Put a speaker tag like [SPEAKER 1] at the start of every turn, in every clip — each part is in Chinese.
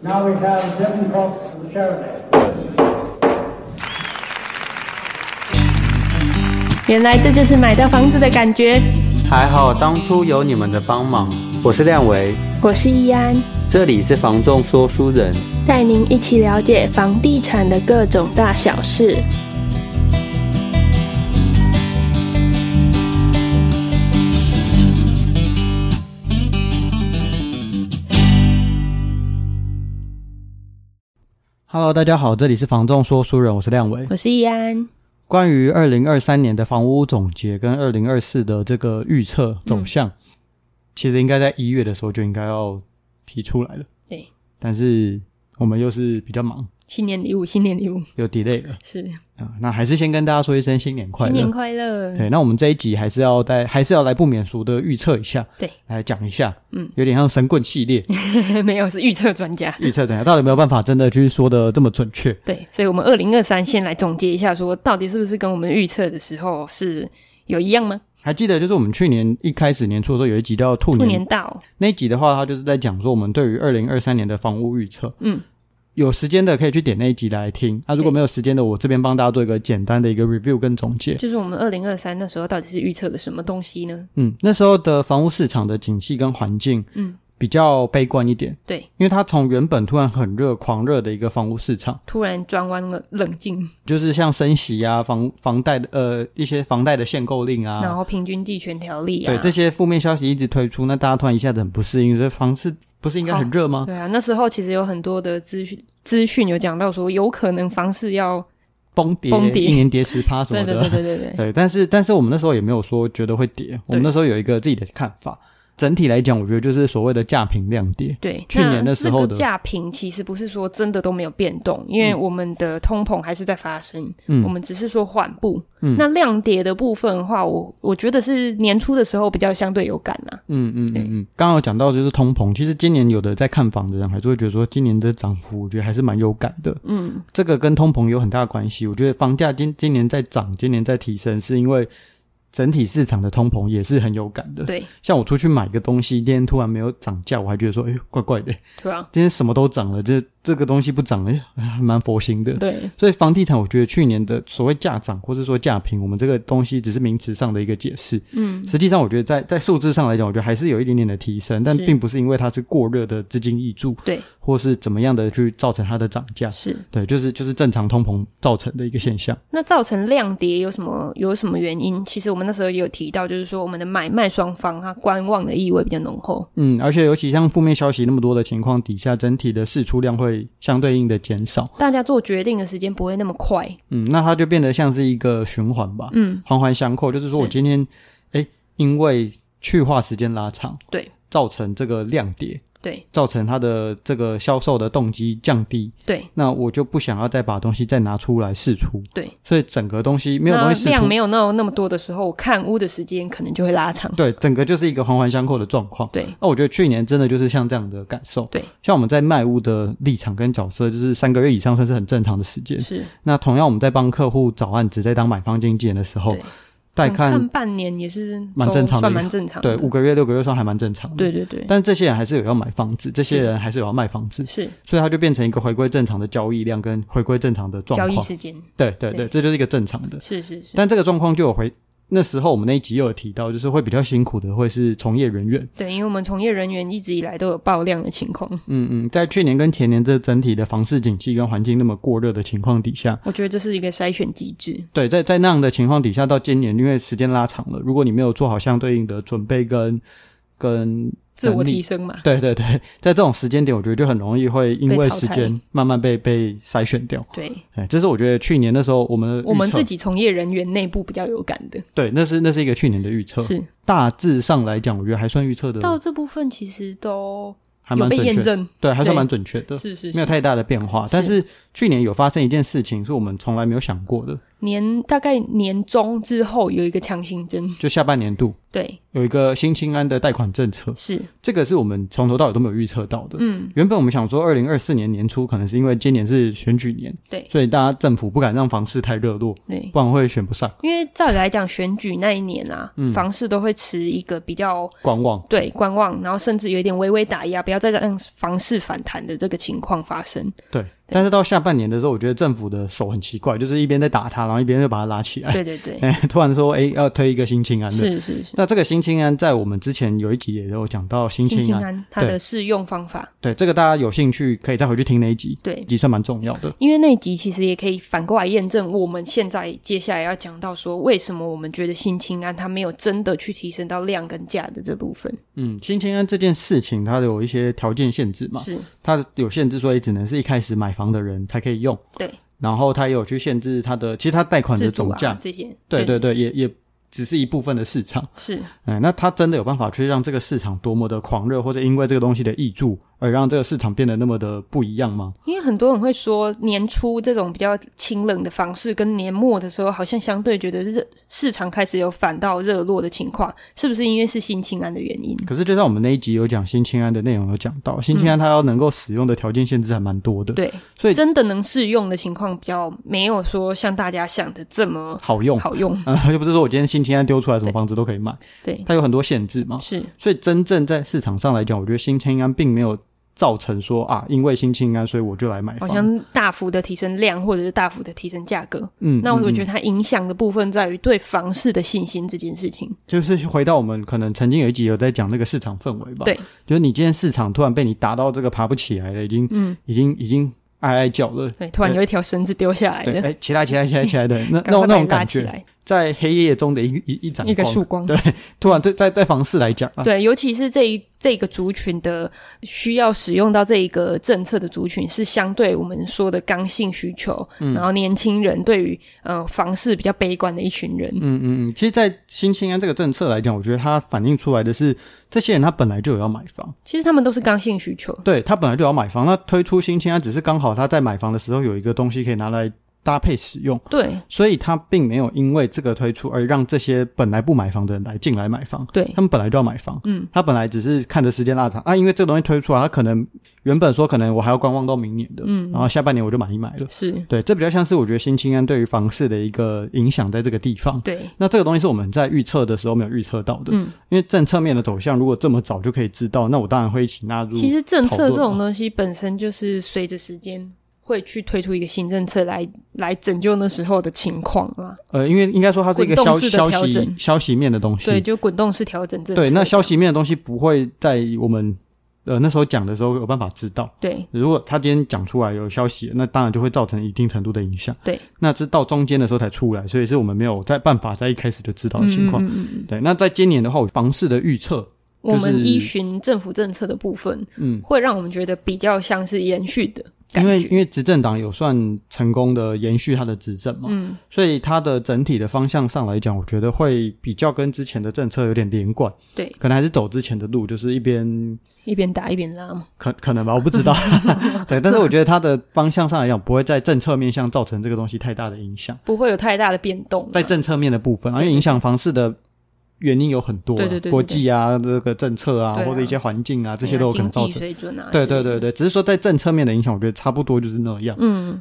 [SPEAKER 1] Now we have Devin Cox from Sheridan.
[SPEAKER 2] 原来这就是买到房子的感觉。
[SPEAKER 3] 还好当初有你们的帮忙。我是亮维，
[SPEAKER 2] 我是易安，
[SPEAKER 3] 这里是房仲说书人。
[SPEAKER 2] 带您一起了解房地产的各种大小事。
[SPEAKER 3] Hello，大家好，这里是房仲说书人，我是亮维。
[SPEAKER 2] 我是易安，
[SPEAKER 3] 关于二零二三年的房屋总结跟二零二四的这个预测走向，
[SPEAKER 2] 嗯
[SPEAKER 3] 其实应该在一月的时候就应该要提出来了。
[SPEAKER 2] 对，
[SPEAKER 3] 但是我们又是比较忙，
[SPEAKER 2] 新年礼物，新年礼物
[SPEAKER 3] 又 delay 了
[SPEAKER 2] 是
[SPEAKER 3] 啊、那还是先跟大家说一声新年快
[SPEAKER 2] 新
[SPEAKER 3] 乐。
[SPEAKER 2] 年快乐。
[SPEAKER 3] 对，那我们这一集还是要带，还是要来不免俗的预测一下，
[SPEAKER 2] 对，
[SPEAKER 3] 来讲一下，
[SPEAKER 2] 嗯，
[SPEAKER 3] 有点像神棍系列
[SPEAKER 2] 没有是预测专家。
[SPEAKER 3] 预测怎样，到底有没有办法真的去说的这么准确？
[SPEAKER 2] 对，所以我们二零二三先来总结一下，说到底是不是跟我们预测的时候是有一样吗？
[SPEAKER 3] 还记得就是我们去年一开始年初的时候有一集叫兔
[SPEAKER 2] 兔
[SPEAKER 3] 年，
[SPEAKER 2] 年到，
[SPEAKER 3] 那一集的话，它就是在讲说我们对于二零二三年的房屋预测，
[SPEAKER 2] 嗯，
[SPEAKER 3] 有时间的可以去点那一集来听。啊那、如果
[SPEAKER 2] 对
[SPEAKER 3] 没有时间的，我这边帮大家做一个简单的一个 review 跟总结。
[SPEAKER 2] 就是我们二零二三那时候到底是预测的什么东西呢？
[SPEAKER 3] 嗯，那时候的房屋市场的景气跟环境，
[SPEAKER 2] 嗯，
[SPEAKER 3] 比较悲观一点，
[SPEAKER 2] 对，
[SPEAKER 3] 因为它从原本突然很热、狂热的一个房屋市场。
[SPEAKER 2] 突然转弯了，冷静，
[SPEAKER 3] 就是像升息啊、房房贷的呃一些房贷的限购令
[SPEAKER 2] 然
[SPEAKER 3] 啊，
[SPEAKER 2] 后平均地权条例啊，
[SPEAKER 3] 对这些负面消息一直推出，那大家突然一下子很不适应，这房市不是应该很热吗？
[SPEAKER 2] 对啊，那时候其实有很多的资讯资讯有讲到说，有可能房市要
[SPEAKER 3] 崩跌，
[SPEAKER 2] 崩跌
[SPEAKER 3] 一年跌十趴什
[SPEAKER 2] 对
[SPEAKER 3] 么
[SPEAKER 2] 对
[SPEAKER 3] 的，
[SPEAKER 2] 对对对 对，
[SPEAKER 3] 对，但是但是我们那时候也没有说觉得会跌，我们那时候有一个自己的看法。整体来讲，我觉得就是所谓的价平量跌，
[SPEAKER 2] 对，
[SPEAKER 3] 去年的时候
[SPEAKER 2] 那
[SPEAKER 3] 的
[SPEAKER 2] 这个价平其实不是说真的都没有变动，因为我们的通膨还是在发生，
[SPEAKER 3] 嗯
[SPEAKER 2] 我们只是说缓步。
[SPEAKER 3] 嗯
[SPEAKER 2] 那量跌的部分的话，我我觉得是年初的时候比较相对有感啊。
[SPEAKER 3] 嗯嗯
[SPEAKER 2] 对
[SPEAKER 3] 嗯嗯。刚刚有讲到就是通膨，其实今年有的在看房的人还是会觉得说，今年的涨幅我觉得还是蛮有感的。
[SPEAKER 2] 嗯，
[SPEAKER 3] 这个跟通膨有很大的关系。我觉得房价今今年在涨，今年在提升，是因为整体市场的通膨也是很有感的。
[SPEAKER 2] 对，
[SPEAKER 3] 像我出去买个东西，今天突然没有涨价，我还觉得说，哎、怪怪的。
[SPEAKER 2] 对啊，
[SPEAKER 3] 今天什么都涨了，这这个东西不涨了，哎还蛮佛心的。
[SPEAKER 2] 对，
[SPEAKER 3] 所以房地产，我觉得去年的所谓价涨或者说价平，我们这个东西只是名词上的一个解释。
[SPEAKER 2] 嗯，
[SPEAKER 3] 实际上，我觉得在在数字上来讲，我觉得还是有一点点的提升，但
[SPEAKER 2] 是
[SPEAKER 3] 并不是因为它是过热的资金溢注，
[SPEAKER 2] 对，
[SPEAKER 3] 或是怎么样的去造成它的涨价。
[SPEAKER 2] 是。
[SPEAKER 3] 对，就是就是正常通膨造成的一个现象。
[SPEAKER 2] 那造成量跌有什么有什么原因？其实我们那时候也有提到，就是说我们的买卖双方它观望的意味比较浓厚。
[SPEAKER 3] 嗯，而且尤其像负面消息那么多的情况底下，整体的释出量会相对应的减少。
[SPEAKER 2] 大家做决定的时间不会那么快，
[SPEAKER 3] 嗯，那它就变得像是一个循环吧，
[SPEAKER 2] 嗯，
[SPEAKER 3] 环环相扣。就是说我
[SPEAKER 2] 是
[SPEAKER 3] 今天，哎，因为去化时间拉长，
[SPEAKER 2] 对，
[SPEAKER 3] 造成这个量跌，
[SPEAKER 2] 对
[SPEAKER 3] 造成它的这个销售的动机降低，
[SPEAKER 2] 对
[SPEAKER 3] 那我就不想要再把东西再拿出来试出。
[SPEAKER 2] 对，
[SPEAKER 3] 所以整个东西没有
[SPEAKER 2] 那
[SPEAKER 3] 东西试
[SPEAKER 2] 量
[SPEAKER 3] 出
[SPEAKER 2] 没，有那那么多的时候，我看屋的时间可能就会拉长。
[SPEAKER 3] 对，整个就是一个环环相扣的状况。
[SPEAKER 2] 对
[SPEAKER 3] 那我觉得去年真的就是像这样的感受。
[SPEAKER 2] 对，
[SPEAKER 3] 像我们在卖屋的立场跟角色，就是三个月以上算是很正常的时间。
[SPEAKER 2] 是
[SPEAKER 3] 那同样，我们在帮客户找案子，在当买方经纪人的时候
[SPEAKER 2] 对，
[SPEAKER 3] 带
[SPEAKER 2] 嗯
[SPEAKER 3] 看
[SPEAKER 2] 半年也是
[SPEAKER 3] 蛮
[SPEAKER 2] 都
[SPEAKER 3] 正常的
[SPEAKER 2] 算
[SPEAKER 3] 一个
[SPEAKER 2] 蛮正常
[SPEAKER 3] 对
[SPEAKER 2] 的。
[SPEAKER 3] 五个月、六个月算还蛮正常的。，
[SPEAKER 2] 对对对，
[SPEAKER 3] 但这些人还是有要买房子，这些人还是有要卖房子，
[SPEAKER 2] 是
[SPEAKER 3] 所以它就变成一个回归正常的交易量跟回归正常的状
[SPEAKER 2] 交易
[SPEAKER 3] 况。
[SPEAKER 2] 时间，
[SPEAKER 3] 对对对，
[SPEAKER 2] 对
[SPEAKER 3] 这就是一个正常的。
[SPEAKER 2] 是是是，
[SPEAKER 3] 但这个状况就有回那时候我们那一集又有提到，就是会比较辛苦的会是从业人员。
[SPEAKER 2] 对，因为我们从业人员一直以来都有爆量的情况，
[SPEAKER 3] 嗯嗯，在去年跟前年这整体的房市景气跟环境那么过热的情况底下，
[SPEAKER 2] 我觉得这是一个筛选机制。
[SPEAKER 3] 对，在在那样的情况底下，到今年因为时间拉长了，如果你没有做好相对应的准备跟跟
[SPEAKER 2] 自我
[SPEAKER 3] 能力
[SPEAKER 2] 提升嘛，
[SPEAKER 3] 对对对，在这种时间点，我觉得就很容易会因为时间慢慢被被筛选掉。
[SPEAKER 2] 对
[SPEAKER 3] 哎，这是我觉得去年那时候我们的预测
[SPEAKER 2] 我们自己从业人员内部比较有感的，
[SPEAKER 3] 对，那是那是一个去年的预测，
[SPEAKER 2] 是
[SPEAKER 3] 大致上来讲，我觉得还算预测的
[SPEAKER 2] 到这部分其实都
[SPEAKER 3] 还
[SPEAKER 2] 有
[SPEAKER 3] 蛮
[SPEAKER 2] 被
[SPEAKER 3] 准
[SPEAKER 2] 验
[SPEAKER 3] 确，
[SPEAKER 2] 证，
[SPEAKER 3] 对，还
[SPEAKER 2] 对
[SPEAKER 3] 算蛮准确的，
[SPEAKER 2] 是是
[SPEAKER 3] 没
[SPEAKER 2] 是，
[SPEAKER 3] 有太大的变化。但是去年有发生一件事情，是我们从来没有想过的，
[SPEAKER 2] 年大概年中之后有一个强行针，
[SPEAKER 3] 就下半年度
[SPEAKER 2] 对，
[SPEAKER 3] 有一个新清安的贷款政策，
[SPEAKER 2] 是，
[SPEAKER 3] 这个是我们从头到尾都没有预测到的。
[SPEAKER 2] 嗯，
[SPEAKER 3] 原本我们想说，二零二四年年初可能是因为今年是选举年，
[SPEAKER 2] 对
[SPEAKER 3] 所以大家政府不敢让房市太热络，
[SPEAKER 2] 对，
[SPEAKER 3] 不然会选不上，
[SPEAKER 2] 因为照理来讲，选举那一年啊，
[SPEAKER 3] 嗯
[SPEAKER 2] 房市都会持一个比较
[SPEAKER 3] 观望。
[SPEAKER 2] 对观望，然后甚至有一点微微打压，不要再让房市反弹的这个情况发生。
[SPEAKER 3] 对，但是到下半年的时候，我觉得政府的手很奇怪，就是一边在打他，然后一边又把他拉起来，
[SPEAKER 2] 对对对，
[SPEAKER 3] 哎，突然说，哎，要推一个新清安的。
[SPEAKER 2] 是是是，
[SPEAKER 3] 那这个新清安，在我们之前有一集也有讲到新
[SPEAKER 2] 新
[SPEAKER 3] 清
[SPEAKER 2] 清
[SPEAKER 3] 安，
[SPEAKER 2] 安它
[SPEAKER 3] 啊对
[SPEAKER 2] 的适用方法，
[SPEAKER 3] 对这个大家有兴趣可以再回去听那一集，
[SPEAKER 2] 对，
[SPEAKER 3] 集算蛮重要的。
[SPEAKER 2] 因为那一集其实也可以反过来验证我们现在接下来要讲到说，为什么我们觉得性侵案它没有真的去提升到量跟价的这部分。
[SPEAKER 3] 嗯，新清安这件事情，它有一些条件限制嘛，
[SPEAKER 2] 是，
[SPEAKER 3] 它有限制，所以只能是一开始买房的人才可以用。
[SPEAKER 2] 对，
[SPEAKER 3] 然后它也有去限制它的，其实它贷款的
[SPEAKER 2] 自主
[SPEAKER 3] 总价，
[SPEAKER 2] 啊这些，
[SPEAKER 3] 对对对，也也只是一部分的市场。
[SPEAKER 2] 是，
[SPEAKER 3] 哎，那它真的有办法去让这个市场多么的狂热，或者因为这个东西的益助而让这个市场变得那么的不一样吗？
[SPEAKER 2] 因为很多人会说年初这种比较清冷的方式，跟年末的时候好像相对觉得热市场开始有反倒热络的情况，是不是因为是性侵案的原因？
[SPEAKER 3] 可是就像我们那一集有讲新清安的内容有讲到，新清安它要能够使用的条件限制还蛮多的，
[SPEAKER 2] 嗯对，
[SPEAKER 3] 所以
[SPEAKER 2] 真的能适用的情况比较没有说像大家想的这么
[SPEAKER 3] 好用。
[SPEAKER 2] 好用。
[SPEAKER 3] 啊、 又不是说我今天新清安丢出来什么房子都可以买，
[SPEAKER 2] 对，
[SPEAKER 3] 它有很多限制嘛。
[SPEAKER 2] 是
[SPEAKER 3] 所以真正在市场上来讲，我觉得新清安并没有造成说啊，因为新清安所以我就来买
[SPEAKER 2] 好
[SPEAKER 3] 房。
[SPEAKER 2] 像大幅的提升量，或者是大幅的提升价格。
[SPEAKER 3] 嗯，
[SPEAKER 2] 那我
[SPEAKER 3] 嗯
[SPEAKER 2] 觉得
[SPEAKER 3] 嗯
[SPEAKER 2] 它影响的部分在于对房市的信心这件事情。
[SPEAKER 3] 就是回到我们可能曾经有一集有在讲那个市场氛围吧。
[SPEAKER 2] 对，
[SPEAKER 3] 就是你今天市场突然被你打到这个爬不起来了，已经
[SPEAKER 2] 嗯，
[SPEAKER 3] 已经已经哀哀叫了。
[SPEAKER 2] 对，突然有一条绳子丢下来
[SPEAKER 3] 对，
[SPEAKER 2] 了，
[SPEAKER 3] 哎，起来起来起来起 来的，那那
[SPEAKER 2] 赶
[SPEAKER 3] 种
[SPEAKER 2] 快
[SPEAKER 3] 那
[SPEAKER 2] 把
[SPEAKER 3] 种
[SPEAKER 2] 你拉
[SPEAKER 3] 感
[SPEAKER 2] 起
[SPEAKER 3] 觉，
[SPEAKER 2] 来，
[SPEAKER 3] 在黑夜中的一一一盏
[SPEAKER 2] 一个
[SPEAKER 3] 光
[SPEAKER 2] 曙光。
[SPEAKER 3] 对突然在在在房市来讲啊，
[SPEAKER 2] 对，尤其是这一这个族群的需要使用到这一个政策的族群，是相对我们说的刚性需求，
[SPEAKER 3] 嗯
[SPEAKER 2] 然后年轻人对于呃房市比较悲观的一群人。
[SPEAKER 3] 嗯嗯嗯，其实，在新青安这个政策来讲，我觉得它反映出来的是，这些人他本来就有要买房，
[SPEAKER 2] 其实他们都是刚性需求，
[SPEAKER 3] 对他本来就要买房，那推出新青安只是刚好他在买房的时候有一个东西可以拿来搭配使用。
[SPEAKER 2] 对
[SPEAKER 3] 所以他并没有因为这个推出而让这些本来不买房的人来进来买房，
[SPEAKER 2] 对
[SPEAKER 3] 他们本来就要买房，
[SPEAKER 2] 嗯，
[SPEAKER 3] 他本来只是看着时间拉长啊，因为这个东西推出来，他可能原本说可能我还要观望到明年的，嗯，然后下半年我就买一买了，
[SPEAKER 2] 是，
[SPEAKER 3] 对，这比较像是我觉得新青安对于房市的一个影响在这个地方。
[SPEAKER 2] 对
[SPEAKER 3] 那这个东西是我们在预测的时候没有预测到的，
[SPEAKER 2] 嗯，
[SPEAKER 3] 因为政策面的走向如果这么早就可以知道，那我当然会一起纳入。
[SPEAKER 2] 其实政
[SPEAKER 3] 讨
[SPEAKER 2] 策
[SPEAKER 3] 论
[SPEAKER 2] 这种
[SPEAKER 3] 嘛
[SPEAKER 2] 东西本身就是随着时间会去推出一个新政策来来拯救那时候的情况啊。
[SPEAKER 3] 呃，因为应该说它是一个
[SPEAKER 2] 滚动
[SPEAKER 3] 消
[SPEAKER 2] 式的
[SPEAKER 3] 消
[SPEAKER 2] 调
[SPEAKER 3] 息
[SPEAKER 2] 整
[SPEAKER 3] 消息面的东西，
[SPEAKER 2] 对，就滚动式调整政策。
[SPEAKER 3] 对，那消息面的东西不会在我们呃那时候讲的时候有办法知道。
[SPEAKER 2] 对
[SPEAKER 3] 如果他今天讲出来有消息，那当然就会造成一定程度的影响。
[SPEAKER 2] 对，
[SPEAKER 3] 那是到中间的时候才出来，所以是我们没有在办法在一开始就知道的情
[SPEAKER 2] 嗯
[SPEAKER 3] 况。
[SPEAKER 2] 嗯嗯嗯嗯
[SPEAKER 3] 对，那在今年的话，我房市的预测，
[SPEAKER 2] 我
[SPEAKER 3] 就是
[SPEAKER 2] 们依循政府政策的部分，
[SPEAKER 3] 嗯，
[SPEAKER 2] 会让我们觉得比较像是延续的感
[SPEAKER 3] 因为
[SPEAKER 2] 觉。
[SPEAKER 3] 因为执政党有算成功的延续他的执政嘛，
[SPEAKER 2] 嗯，
[SPEAKER 3] 所以它的整体的方向上来讲，我觉得会比较跟之前的政策有点连贯，
[SPEAKER 2] 对，
[SPEAKER 3] 可能还是走之前的路，就是一边
[SPEAKER 2] 一边打一边拉嘛。
[SPEAKER 3] 可可能吧，我 不知道。 对，但是我觉得它的方向上来讲，不会在政策面上造成这个东西太大的影响。
[SPEAKER 2] 不会有太大的变动啊、
[SPEAKER 3] 在政策面的部分，因为影响房市的原因有很多啦，
[SPEAKER 2] 对对对对
[SPEAKER 3] 国际啊、这个政策啊，
[SPEAKER 2] 对啊
[SPEAKER 3] 或者一些环境啊，这
[SPEAKER 2] 对
[SPEAKER 3] 些
[SPEAKER 2] 啊
[SPEAKER 3] 都有可能造
[SPEAKER 2] 经济
[SPEAKER 3] 成。
[SPEAKER 2] 水准啊。
[SPEAKER 3] 对对
[SPEAKER 2] 之类
[SPEAKER 3] 对
[SPEAKER 2] 的，
[SPEAKER 3] 对，只是说在政策面的影响，我觉得差不多就是那样。
[SPEAKER 2] 嗯，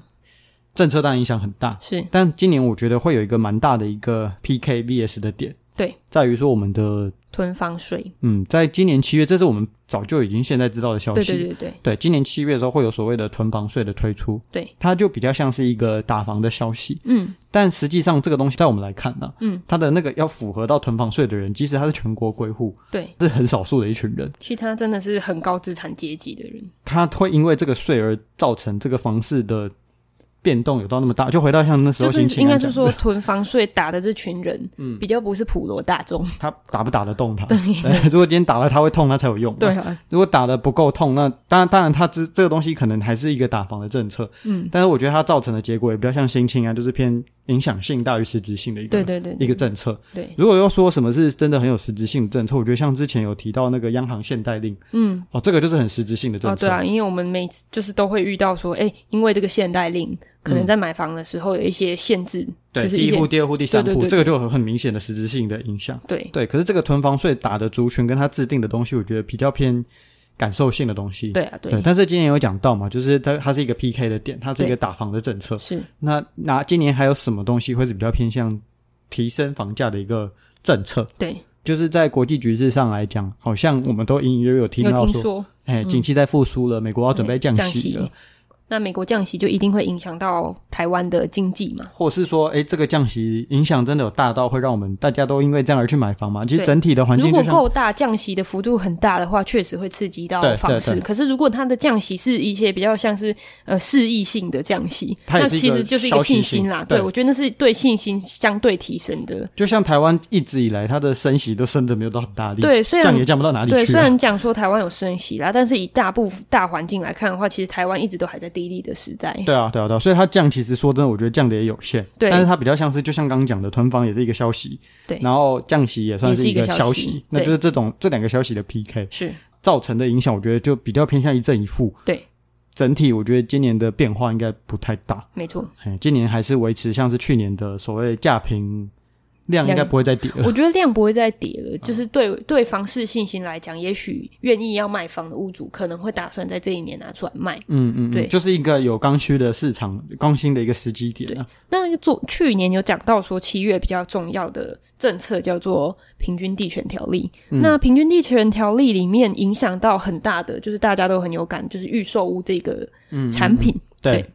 [SPEAKER 3] 政策当然影响很大，
[SPEAKER 2] 是
[SPEAKER 3] 但今年我觉得会有一个蛮大的一个 PK VS 的点，
[SPEAKER 2] 对，
[SPEAKER 3] 在于说我们的
[SPEAKER 2] 囤房税。
[SPEAKER 3] 嗯，在今年七月，这是我们早就已经现在知道的消
[SPEAKER 2] 对
[SPEAKER 3] 息，
[SPEAKER 2] 对对对，
[SPEAKER 3] 对，今年七月的时候会有所谓的囤房税的推出，
[SPEAKER 2] 对，
[SPEAKER 3] 它就比较像是一个打房的消息。
[SPEAKER 2] 嗯，
[SPEAKER 3] 但实际上这个东西在我们来看呢、
[SPEAKER 2] 嗯，
[SPEAKER 3] 它的那个要符合到囤房税的人，即使他是全国归户，
[SPEAKER 2] 对，
[SPEAKER 3] 是很少数的一群人，
[SPEAKER 2] 其实他真的是很高资产阶级的人。
[SPEAKER 3] 他会因为这个税而造成这个房市的变动有到那么大，就回到像那时
[SPEAKER 2] 就
[SPEAKER 3] 候
[SPEAKER 2] 是
[SPEAKER 3] 新青
[SPEAKER 2] 应该
[SPEAKER 3] 安
[SPEAKER 2] 是
[SPEAKER 3] 讲
[SPEAKER 2] 说，
[SPEAKER 3] 的
[SPEAKER 2] 囤房税打的这群人，
[SPEAKER 3] 嗯
[SPEAKER 2] 比较不是普罗大众，
[SPEAKER 3] 他打不打得动他？对，如果今天打了他会痛，他才有用嘛。
[SPEAKER 2] 对啊，
[SPEAKER 3] 如果打的不够痛，那当然，当然，它这这个东西可能还是一个打防的政策，
[SPEAKER 2] 嗯，
[SPEAKER 3] 但是我觉得它造成的结果也比较像新青啊，就是偏影响性大于实质性的一个
[SPEAKER 2] 对对对，
[SPEAKER 3] 一个政策。
[SPEAKER 2] 对，
[SPEAKER 3] 如果要说什么是真的很有实质性的政策，我觉得像之前有提到那个央行限贷令，
[SPEAKER 2] 嗯，
[SPEAKER 3] 哦，这个就是很实质性的政
[SPEAKER 2] 哦
[SPEAKER 3] 策。
[SPEAKER 2] 对啊，因为我们每次就是都会遇到说，哎，因为这个限贷令，可能在买房的时候有一些限制，
[SPEAKER 3] 嗯对，
[SPEAKER 2] 就是
[SPEAKER 3] 第
[SPEAKER 2] 一
[SPEAKER 3] 一
[SPEAKER 2] 些
[SPEAKER 3] 户、第二户、第三
[SPEAKER 2] 对对
[SPEAKER 3] 户，
[SPEAKER 2] 对
[SPEAKER 3] 这个就有很明显的实质性的影响。
[SPEAKER 2] 对
[SPEAKER 3] 对，可是这个囤房税打的族群跟他制定的东西，我觉得比较偏感受性的东西。
[SPEAKER 2] 对啊，对
[SPEAKER 3] 对，但是今年有讲到嘛，就是它它是一个 PK 的点，它是一个打房的政策。
[SPEAKER 2] 是
[SPEAKER 3] 那那今年还有什么东西会是比较偏向提升房价的一个政策？
[SPEAKER 2] 对，
[SPEAKER 3] 就是在国际局势上来讲，好像我们都隐隐约约有听
[SPEAKER 2] 有
[SPEAKER 3] 到
[SPEAKER 2] 听
[SPEAKER 3] 说，
[SPEAKER 2] 说嗯
[SPEAKER 3] 哎，经济在复苏了，美国要准备降
[SPEAKER 2] 降
[SPEAKER 3] 息了，
[SPEAKER 2] 那美国降息就一定会影响到台湾的经济嘛？
[SPEAKER 3] 或是说，哎，这个降息影响真的有大到会让我们大家都因为这样而去买房吗？其实
[SPEAKER 2] 对
[SPEAKER 3] 整体的环
[SPEAKER 2] 如
[SPEAKER 3] 境
[SPEAKER 2] 果
[SPEAKER 3] 就像
[SPEAKER 2] 够大，降息的幅度很大的话，确实会刺激到
[SPEAKER 3] 对
[SPEAKER 2] 房市。
[SPEAKER 3] 对对
[SPEAKER 2] 可是如果它的降息是一些比较像是呃示意性的降息，
[SPEAKER 3] 它也
[SPEAKER 2] 那
[SPEAKER 3] 是一
[SPEAKER 2] 其
[SPEAKER 3] 个
[SPEAKER 2] 实就是一个
[SPEAKER 3] 消息
[SPEAKER 2] 信
[SPEAKER 3] 性
[SPEAKER 2] 心啦。
[SPEAKER 3] 对
[SPEAKER 2] 对，我觉得那是对信心相对提升的。
[SPEAKER 3] 就像台湾一直以来它的升息都升的没有到很大力，
[SPEAKER 2] 对，虽然
[SPEAKER 3] 降也降不到哪里去、啊。
[SPEAKER 2] 对，虽然讲说台湾有升息啦，但是以大部分大环境来看的话，其实台湾一直都还在低利的时代。
[SPEAKER 3] 对啊，对啊，对啊，所以它降其实说真的，我觉得降的也有限，
[SPEAKER 2] 对
[SPEAKER 3] 但是它比较像是就像刚刚讲的，囤房也是一个消息，
[SPEAKER 2] 对
[SPEAKER 3] 然后降息也算一个
[SPEAKER 2] 也是一个
[SPEAKER 3] 消
[SPEAKER 2] 消息
[SPEAKER 3] 那
[SPEAKER 2] 对
[SPEAKER 3] 就是这种这两个消息的 PK
[SPEAKER 2] 是
[SPEAKER 3] 造成的影响，我觉得就比较偏向一正一负，
[SPEAKER 2] 对，
[SPEAKER 3] 整体我觉得今年的变化应该不太大，
[SPEAKER 2] 没错。
[SPEAKER 3] 嘿今年还是维持像是去年的所谓价平量应该
[SPEAKER 2] 量
[SPEAKER 3] 不会再跌了
[SPEAKER 2] 我，觉得量不会再跌
[SPEAKER 3] 嗯
[SPEAKER 2] 了，就是对对房市信心来讲，也许愿意要卖房的屋主可能会打算在这一年拿出来卖。
[SPEAKER 3] 嗯嗯，嗯
[SPEAKER 2] 对
[SPEAKER 3] 就是一个有刚需的市场刚性的一个时机点、啊，
[SPEAKER 2] 那做去年有讲到说七月比较重要的政策叫做平均地权条例。
[SPEAKER 3] 嗯
[SPEAKER 2] 那平均地权条例里面影响到很大的，就是大家都很有感，就是预售屋这个产品。
[SPEAKER 3] 嗯对
[SPEAKER 2] 对，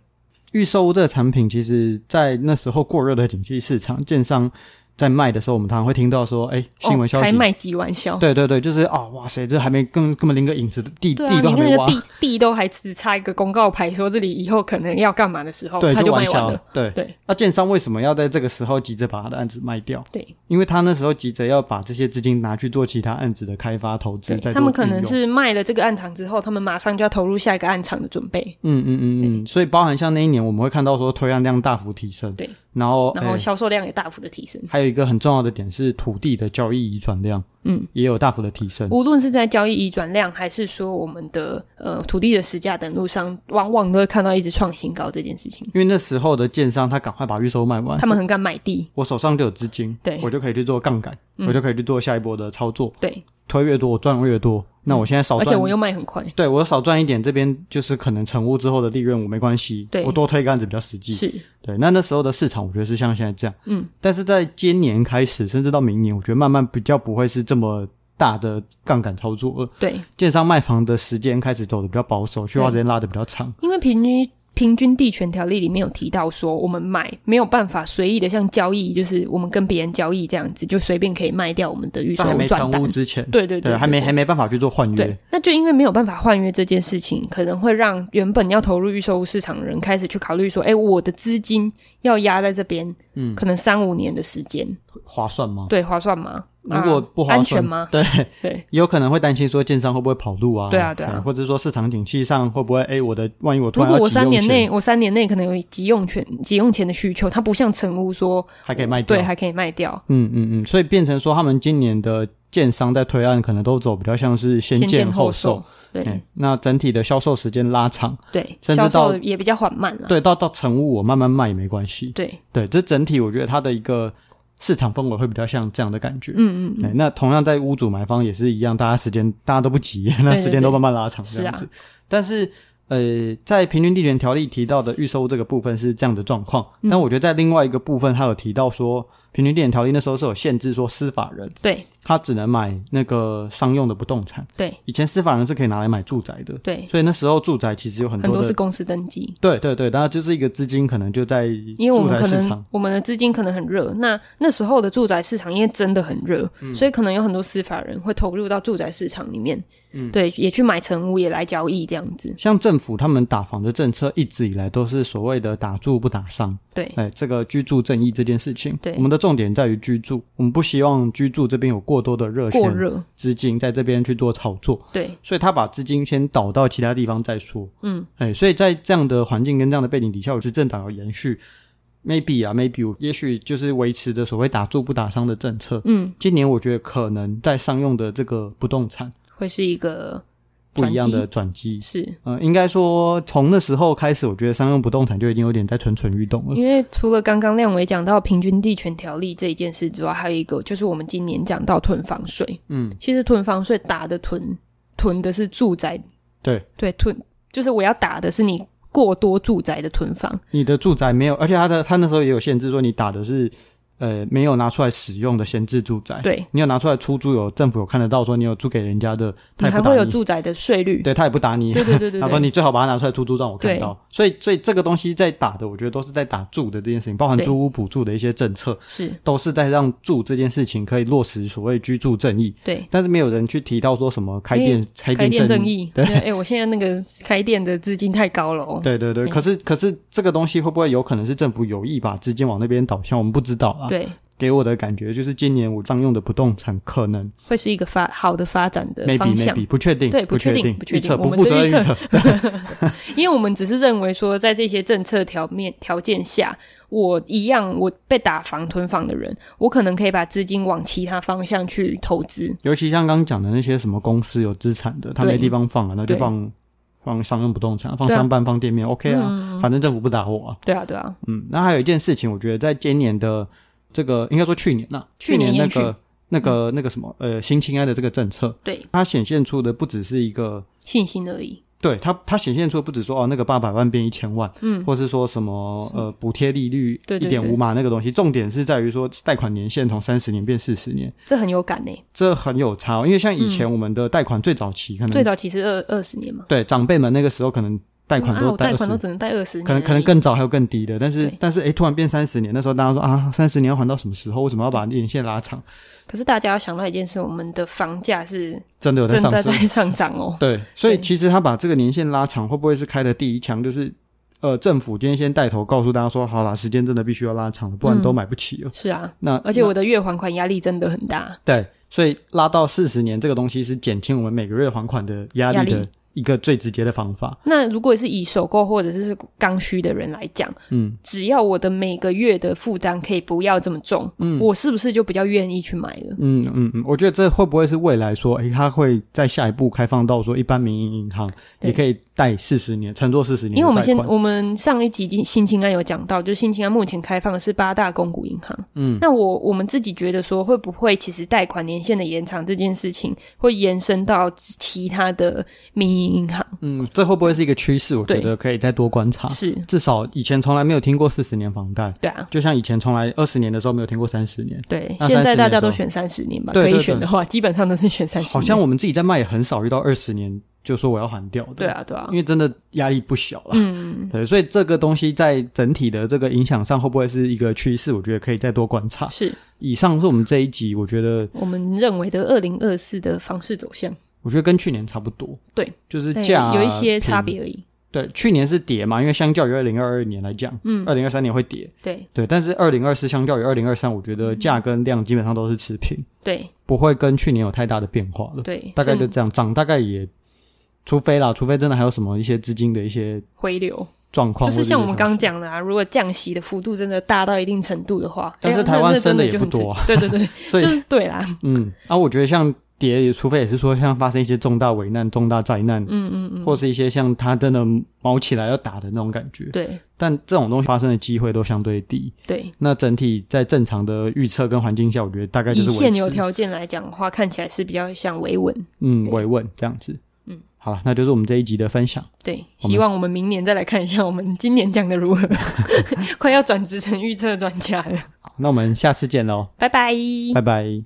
[SPEAKER 3] 预售屋这个产品，其实在那时候过热的景气市场，建商在卖的时候，我们常常会听到说，哎、新闻
[SPEAKER 2] 哦
[SPEAKER 3] 消
[SPEAKER 2] 开
[SPEAKER 3] 息。
[SPEAKER 2] 卖几玩笑。
[SPEAKER 3] 对对对，就是啊、哇塞，这还没根根本连个影子，地、
[SPEAKER 2] 对啊，
[SPEAKER 3] 地都
[SPEAKER 2] 你
[SPEAKER 3] 还
[SPEAKER 2] 看
[SPEAKER 3] 没
[SPEAKER 2] 那
[SPEAKER 3] 挖
[SPEAKER 2] 个，地地都还只差一个公告牌，说这里以后可能要干嘛的时候，
[SPEAKER 3] 对，
[SPEAKER 2] 哦他
[SPEAKER 3] 就
[SPEAKER 2] 卖
[SPEAKER 3] 销
[SPEAKER 2] 完了。。
[SPEAKER 3] 对，
[SPEAKER 2] 对
[SPEAKER 3] 那建商为什么要在这个时候急着把他的案子卖掉？
[SPEAKER 2] 对，
[SPEAKER 3] 因为他那时候急着要把这些资金拿去做其他案子的开发投资，
[SPEAKER 2] 对
[SPEAKER 3] 再做
[SPEAKER 2] 他们可
[SPEAKER 3] 运
[SPEAKER 2] 能
[SPEAKER 3] 用
[SPEAKER 2] 是卖了这个暗场之后，他们马上就要投入下一个暗场的准备，
[SPEAKER 3] 嗯嗯嗯嗯，所以包含像那一年我们会看到说推案量大幅提升，
[SPEAKER 2] 对，
[SPEAKER 3] 然后
[SPEAKER 2] 然后
[SPEAKER 3] 哎嗯
[SPEAKER 2] 销售量也大幅的提升。
[SPEAKER 3] 还有一个很重要的点是土地的交易移转量，
[SPEAKER 2] 嗯，
[SPEAKER 3] 也有大幅的提升。
[SPEAKER 2] 无论是在交易移转量，还是说我们的呃土地的实价登录上，往往都会看到一直创新高这件事情。
[SPEAKER 3] 因为那时候的建商他赶快把预售卖完，
[SPEAKER 2] 他们很敢买地，
[SPEAKER 3] 我手上就有资金，
[SPEAKER 2] 对嗯
[SPEAKER 3] 我就可以去做杠杆，我就可以去做下一波的操作，
[SPEAKER 2] 对，
[SPEAKER 3] 推越多我赚越多。那我现在少
[SPEAKER 2] 嗯而
[SPEAKER 3] 赚，
[SPEAKER 2] 且我又卖很快，
[SPEAKER 3] 对我少赚一点，这边就是可能成屋之后的利润我没关系，
[SPEAKER 2] 对
[SPEAKER 3] 我多推一个案子比较实际。
[SPEAKER 2] 是
[SPEAKER 3] 对，那那时候的市场我觉得是像现在这样，
[SPEAKER 2] 嗯，
[SPEAKER 3] 但是在今年开始，甚至到明年，我觉得慢慢比较不会是这么大的杠杆操作，呃
[SPEAKER 2] 对，
[SPEAKER 3] 建商卖房的时间开始走的比较保守，去花时间拉的比较长。
[SPEAKER 2] 因为平均平均地权条例里面有提到说，我们买没有办法随意的像交易，就是我们跟别人交易这样子，就随便可以卖掉我们的预售
[SPEAKER 3] 在还没
[SPEAKER 2] 转
[SPEAKER 3] 成
[SPEAKER 2] 单
[SPEAKER 3] 屋。之前，
[SPEAKER 2] 对对对，
[SPEAKER 3] 还没还没办嗯法去做换约
[SPEAKER 2] 对。，那就因为没有办法换约这件事情，可能会让原本要投入预售屋市场的人开始去考虑说，哎，我的资金要压在这边，嗯，可能三五年的时间，
[SPEAKER 3] 划算吗？
[SPEAKER 2] 对，划算吗？
[SPEAKER 3] 哦如果不
[SPEAKER 2] 啊
[SPEAKER 3] 划
[SPEAKER 2] 安
[SPEAKER 3] 算，
[SPEAKER 2] 全吗？
[SPEAKER 3] 对，
[SPEAKER 2] 对
[SPEAKER 3] 有可能会担心说建商会不会跑路啊？
[SPEAKER 2] 对啊对啊
[SPEAKER 3] 哎或者说市场景气上会不会？哎，我的万一我突
[SPEAKER 2] 如
[SPEAKER 3] 然
[SPEAKER 2] 果
[SPEAKER 3] 要
[SPEAKER 2] 我
[SPEAKER 3] 急用
[SPEAKER 2] 三年
[SPEAKER 3] 钱
[SPEAKER 2] 内，我三年内可能有急用权、急用钱的需求，它不像成屋说，
[SPEAKER 3] 还可以卖掉，
[SPEAKER 2] 对，还可以卖掉，
[SPEAKER 3] 嗯嗯嗯，所以变成说他们今年的建商在推案可能都走比较像是先
[SPEAKER 2] 先
[SPEAKER 3] 建
[SPEAKER 2] 建
[SPEAKER 3] 后
[SPEAKER 2] 售，，对、
[SPEAKER 3] 哎那整体的销售时间拉长，
[SPEAKER 2] 对，
[SPEAKER 3] 甚至
[SPEAKER 2] 销
[SPEAKER 3] 到
[SPEAKER 2] 售也比较缓慢了。
[SPEAKER 3] 对，到到成屋我慢慢卖也没关系，
[SPEAKER 2] 对，
[SPEAKER 3] 对，这整体我觉得它的一个市场氛围会比较像这样的感觉。
[SPEAKER 2] 嗯嗯嗯，
[SPEAKER 3] 对，那同样在屋主买方也是一样，大家时间大家都不急，那
[SPEAKER 2] 对对
[SPEAKER 3] 时间都慢慢拉长这
[SPEAKER 2] 是
[SPEAKER 3] 样
[SPEAKER 2] 啊
[SPEAKER 3] 子。但是呃，在平均地权条例提到的预售这个部分是这样的状况，
[SPEAKER 2] 嗯
[SPEAKER 3] 但我觉得在另外一个部分，它有提到说，平均地权条例那时候是有限制说司法人
[SPEAKER 2] 对
[SPEAKER 3] 他只能买那个商用的不动产，
[SPEAKER 2] 对
[SPEAKER 3] 以前司法人是可以拿来买住宅的，
[SPEAKER 2] 对，
[SPEAKER 3] 所以那时候住宅其实有很
[SPEAKER 2] 很
[SPEAKER 3] 多
[SPEAKER 2] 多
[SPEAKER 3] 的。
[SPEAKER 2] 是公司登记，
[SPEAKER 3] 对对对，然后就是一个资金可能就在
[SPEAKER 2] 因为我
[SPEAKER 3] 住
[SPEAKER 2] 们
[SPEAKER 3] 宅
[SPEAKER 2] 可
[SPEAKER 3] 市
[SPEAKER 2] 能
[SPEAKER 3] 场，
[SPEAKER 2] 我们的资金可能很热，那那时候的住宅市场因为真的很热，
[SPEAKER 3] 嗯
[SPEAKER 2] 所以可能有很多司法人会投入到住宅市场里面，
[SPEAKER 3] 嗯
[SPEAKER 2] 对，也去买成屋，也来交易这样子，
[SPEAKER 3] 像政府他们打房的政策一直以来都是所谓的打住不打商，
[SPEAKER 2] 对
[SPEAKER 3] 哎，这个居住正义这件事情，
[SPEAKER 2] 对
[SPEAKER 3] 我们的重点在于居住，我们不希望居住这边有过多的热
[SPEAKER 2] 过
[SPEAKER 3] 钱
[SPEAKER 2] 热，
[SPEAKER 3] 资金在这边去做炒作，
[SPEAKER 2] 对
[SPEAKER 3] 所以他把资金先导到其他地方再说，
[SPEAKER 2] 嗯，
[SPEAKER 3] 哎，所以在这样的环境跟这样的背景底下，我是政党要延续，maybe 啊，maybe 我也许就是维持的所谓打住不打商的政策，
[SPEAKER 2] 嗯，
[SPEAKER 3] 今年我觉得可能在商用的这个不动产。
[SPEAKER 2] 会是一个
[SPEAKER 3] 不一样的
[SPEAKER 2] 转
[SPEAKER 3] 转机。
[SPEAKER 2] 是
[SPEAKER 3] 嗯、应该说从那时候开始，我觉得商用不动产就已经有点在蠢蠢欲动了。
[SPEAKER 2] 因为除了刚刚亮伟讲到平均地权条例这一件事之外，还有一个就是我们今年讲到囤房税。
[SPEAKER 3] 嗯，
[SPEAKER 2] 其实囤房税打的囤囤的是住宅，
[SPEAKER 3] 对
[SPEAKER 2] 对囤就是我要打的是你过多住宅的囤房，
[SPEAKER 3] 你的住宅没有，而且他的他那时候也有限制，说你打的是呃没有拿出来使用的闲置住宅。，
[SPEAKER 2] 对，
[SPEAKER 3] 你有拿出来出租有，政府有看得到，说你有租给人家的，
[SPEAKER 2] 你
[SPEAKER 3] 他也
[SPEAKER 2] 还
[SPEAKER 3] 不打
[SPEAKER 2] 会有
[SPEAKER 3] 你。
[SPEAKER 2] 住宅的税率，
[SPEAKER 3] 对他也不打你，
[SPEAKER 2] 对对对 对
[SPEAKER 3] 他说
[SPEAKER 2] 对，
[SPEAKER 3] 你最好把它拿出来出租，让我看
[SPEAKER 2] 对
[SPEAKER 3] 到。所以，所以这个东西在打的，我觉得都是在打住的这件事情，包含
[SPEAKER 2] 对
[SPEAKER 3] 租屋补助的一些政策，
[SPEAKER 2] 是
[SPEAKER 3] 都是在让住这件事情可以落实所谓居住正义。
[SPEAKER 2] 对。
[SPEAKER 3] 但是没有人去提到说什么开店、开
[SPEAKER 2] 开店
[SPEAKER 3] 正
[SPEAKER 2] 正义，
[SPEAKER 3] 对
[SPEAKER 2] 哎、我现在那个开店的资金太高了哦。
[SPEAKER 3] 对对对。
[SPEAKER 2] 嗯
[SPEAKER 3] 可是，可是这个东西会不会有可能是政府有意把资金往那边导向？我们不知道啊。
[SPEAKER 2] 对，
[SPEAKER 3] 给我的感觉就是，今年我占用的不动产可能
[SPEAKER 2] 会是一个发好的发展的
[SPEAKER 3] maybe
[SPEAKER 2] 方向
[SPEAKER 3] maybe 不确定，
[SPEAKER 2] 对不确
[SPEAKER 3] 确
[SPEAKER 2] 定
[SPEAKER 3] 定
[SPEAKER 2] 不，确
[SPEAKER 3] 预
[SPEAKER 2] 定
[SPEAKER 3] 测
[SPEAKER 2] 我
[SPEAKER 3] 不
[SPEAKER 2] 们
[SPEAKER 3] 负
[SPEAKER 2] 的
[SPEAKER 3] 责
[SPEAKER 2] 预
[SPEAKER 3] 任
[SPEAKER 2] 测
[SPEAKER 3] 测。
[SPEAKER 2] 因为我们只是认为说，在这些政策条面条件下，我一样我被打房囤房的人，我可能可以把资金往其他方向去投资，
[SPEAKER 3] 尤其像刚刚讲的那些什么公司有资产的，他
[SPEAKER 2] 对
[SPEAKER 3] 没地方放啊，那就
[SPEAKER 2] 对
[SPEAKER 3] 放放商用不动产，放
[SPEAKER 2] 对啊嗯
[SPEAKER 3] 商办，放店面，OK 啊，反正政府不打我啊。
[SPEAKER 2] 对啊，对啊，
[SPEAKER 3] 嗯，那还有一件事情，我觉得在今年的这个应该说去年呐、
[SPEAKER 2] 去年
[SPEAKER 3] 年那
[SPEAKER 2] 延
[SPEAKER 3] 个那个那个什么呃新青安的这个政策，
[SPEAKER 2] 对，
[SPEAKER 3] 它显现出的不只是一个。
[SPEAKER 2] 信心而已。
[SPEAKER 3] 对它，它显现出不只说哦，那个八百万变一千万，
[SPEAKER 2] 嗯，
[SPEAKER 3] 或是说什么呃补贴利率
[SPEAKER 2] 对
[SPEAKER 3] 一
[SPEAKER 2] 对
[SPEAKER 3] 点
[SPEAKER 2] 对
[SPEAKER 3] 五码那个东西，重点是在于说贷款年限从三十年变四十年，
[SPEAKER 2] 这很有感呢。
[SPEAKER 3] 这很有差、哦，因为像以前我们的贷款最早期可能
[SPEAKER 2] 嗯最早其实二二十年嘛，
[SPEAKER 3] 对长辈们那个时候可能贷款
[SPEAKER 2] 啊，
[SPEAKER 3] 都
[SPEAKER 2] 我
[SPEAKER 3] 贷
[SPEAKER 2] 贷
[SPEAKER 3] 二
[SPEAKER 2] 款都
[SPEAKER 3] 十，
[SPEAKER 2] 只能贷二十年而已，
[SPEAKER 3] 可能可能更早还有更低的，但是
[SPEAKER 2] 对
[SPEAKER 3] 但是诶，突然变三十年，那时候大家说啊，三十年要还到什么时候？为什么要把年限拉长？
[SPEAKER 2] 可是大家要想到一件事，我们的房价是
[SPEAKER 3] 真的有在
[SPEAKER 2] 正
[SPEAKER 3] 上
[SPEAKER 2] 在在
[SPEAKER 3] 升，
[SPEAKER 2] 上涨 哦。
[SPEAKER 3] 对，所以
[SPEAKER 2] 对
[SPEAKER 3] 其实他把这个年限拉长，会不会是开的第一枪？就是呃，政府今天先带头告诉大家说，好啦，时间真的必须要拉长了，不然都买不起了。
[SPEAKER 2] 是啊，
[SPEAKER 3] 那
[SPEAKER 2] 而且我的月还款压力真的很大。
[SPEAKER 3] 对，所以拉到四十年这个东西是减轻我们每个月还款的压
[SPEAKER 2] 压
[SPEAKER 3] 力
[SPEAKER 2] 力
[SPEAKER 3] 的一个最直接的方法。
[SPEAKER 2] 那如果是以首购或者是刚需的人来讲，
[SPEAKER 3] 嗯，
[SPEAKER 2] 只要我的每个月的负担可以不要这么重，嗯，我是不是就比较愿意去买了？
[SPEAKER 3] 嗯嗯嗯，我觉得这会不会是未来说，诶，它会在下一步开放到说，一般民营银行
[SPEAKER 2] 对
[SPEAKER 3] 也可以贷四十年，乘坐四十年的
[SPEAKER 2] 因
[SPEAKER 3] 贷款，
[SPEAKER 2] 为我们现我们上一集新新青安有讲到，就新青安目前开放的是八大公股银行，
[SPEAKER 3] 嗯，
[SPEAKER 2] 那我我们自己觉得说，会不会其实贷款年限的延长这件事情，会延伸到其他的民营银行？
[SPEAKER 3] 嗯，这会不会是一个趋势？我觉
[SPEAKER 2] 对
[SPEAKER 3] 得可以再多观察。
[SPEAKER 2] 是，
[SPEAKER 3] 至少以前从来没有听过四十年房贷，
[SPEAKER 2] 对啊，
[SPEAKER 3] 就像以前从来二十年的时候没有听过三十年，
[SPEAKER 2] 对，
[SPEAKER 3] 那
[SPEAKER 2] 现在
[SPEAKER 3] 30
[SPEAKER 2] 大
[SPEAKER 3] 年
[SPEAKER 2] 家都
[SPEAKER 3] 的时候
[SPEAKER 2] 选三十年吧，
[SPEAKER 3] 对对
[SPEAKER 2] 可以
[SPEAKER 3] 对
[SPEAKER 2] 选的话，基本上都是选三十年。
[SPEAKER 3] 好像我们自己在卖也很少遇到二十年就说我要还掉的。
[SPEAKER 2] 对，啊，对啊
[SPEAKER 3] 因，为真的压力不小了。
[SPEAKER 2] 嗯，
[SPEAKER 3] 对，所以这个东西在整体的这个影响上，会不会是一个趋势？我觉得可以再多观察。
[SPEAKER 2] 是
[SPEAKER 3] 以上是我们这一集，我觉得，
[SPEAKER 2] 我们认为的二零二四的房市走向，
[SPEAKER 3] 我觉得跟去年差不多，
[SPEAKER 2] 对，
[SPEAKER 3] 就是
[SPEAKER 2] 对
[SPEAKER 3] 价
[SPEAKER 2] 有一些差
[SPEAKER 3] 平。
[SPEAKER 2] 别而已。
[SPEAKER 3] 对，去年是跌嘛，因为相较于二零二二年来讲，
[SPEAKER 2] 嗯
[SPEAKER 3] 二零二三年会跌，
[SPEAKER 2] 对
[SPEAKER 3] 对，但是二零二四相较于二零二三，我觉得
[SPEAKER 2] 嗯
[SPEAKER 3] 价跟量基本上都是持平，
[SPEAKER 2] 对
[SPEAKER 3] 不会跟去年有太大的变化了。
[SPEAKER 2] 对，
[SPEAKER 3] 大概就
[SPEAKER 2] 甚
[SPEAKER 3] 这样，涨大概也，除非啦，除非真的还有什么一些资金的一些
[SPEAKER 2] 回流，
[SPEAKER 3] 状况，
[SPEAKER 2] 就
[SPEAKER 3] 或
[SPEAKER 2] 是
[SPEAKER 3] 者
[SPEAKER 2] 像我们
[SPEAKER 3] 什么
[SPEAKER 2] 刚刚讲的啊，如果降息的幅度真的大到一定程度的话，
[SPEAKER 3] 但是
[SPEAKER 2] 哎呀
[SPEAKER 3] 台湾
[SPEAKER 2] 那那真
[SPEAKER 3] 升
[SPEAKER 2] 的
[SPEAKER 3] 的也
[SPEAKER 2] 就很
[SPEAKER 3] 不多啊
[SPEAKER 2] 刺激对对对，
[SPEAKER 3] 所以
[SPEAKER 2] 就是对啦，
[SPEAKER 3] 嗯，啊，我觉得像跌，除非也是说像发生一些重大危难、重大灾难，
[SPEAKER 2] 嗯嗯嗯，
[SPEAKER 3] 或是一些像他真的毛起来要打的那种感觉。
[SPEAKER 2] 对
[SPEAKER 3] 但这种东西发生的机会都相对低。
[SPEAKER 2] 对。
[SPEAKER 3] 那整体在正常的预测跟环境下，我觉得大概就
[SPEAKER 2] 以
[SPEAKER 3] 是维
[SPEAKER 2] 现有
[SPEAKER 3] 持，
[SPEAKER 2] 条件来讲的话，看起来是比较像维稳。
[SPEAKER 3] 嗯，维稳这样子。
[SPEAKER 2] 嗯，
[SPEAKER 3] 好了，那就是我们这一集的分享。
[SPEAKER 2] 对，
[SPEAKER 3] 我们
[SPEAKER 2] 希望我们明年再来看一下我们今年讲的如何， 快要转职成预测专家了。
[SPEAKER 3] 好，那我们下次见喽，
[SPEAKER 2] 拜拜。
[SPEAKER 3] 拜拜。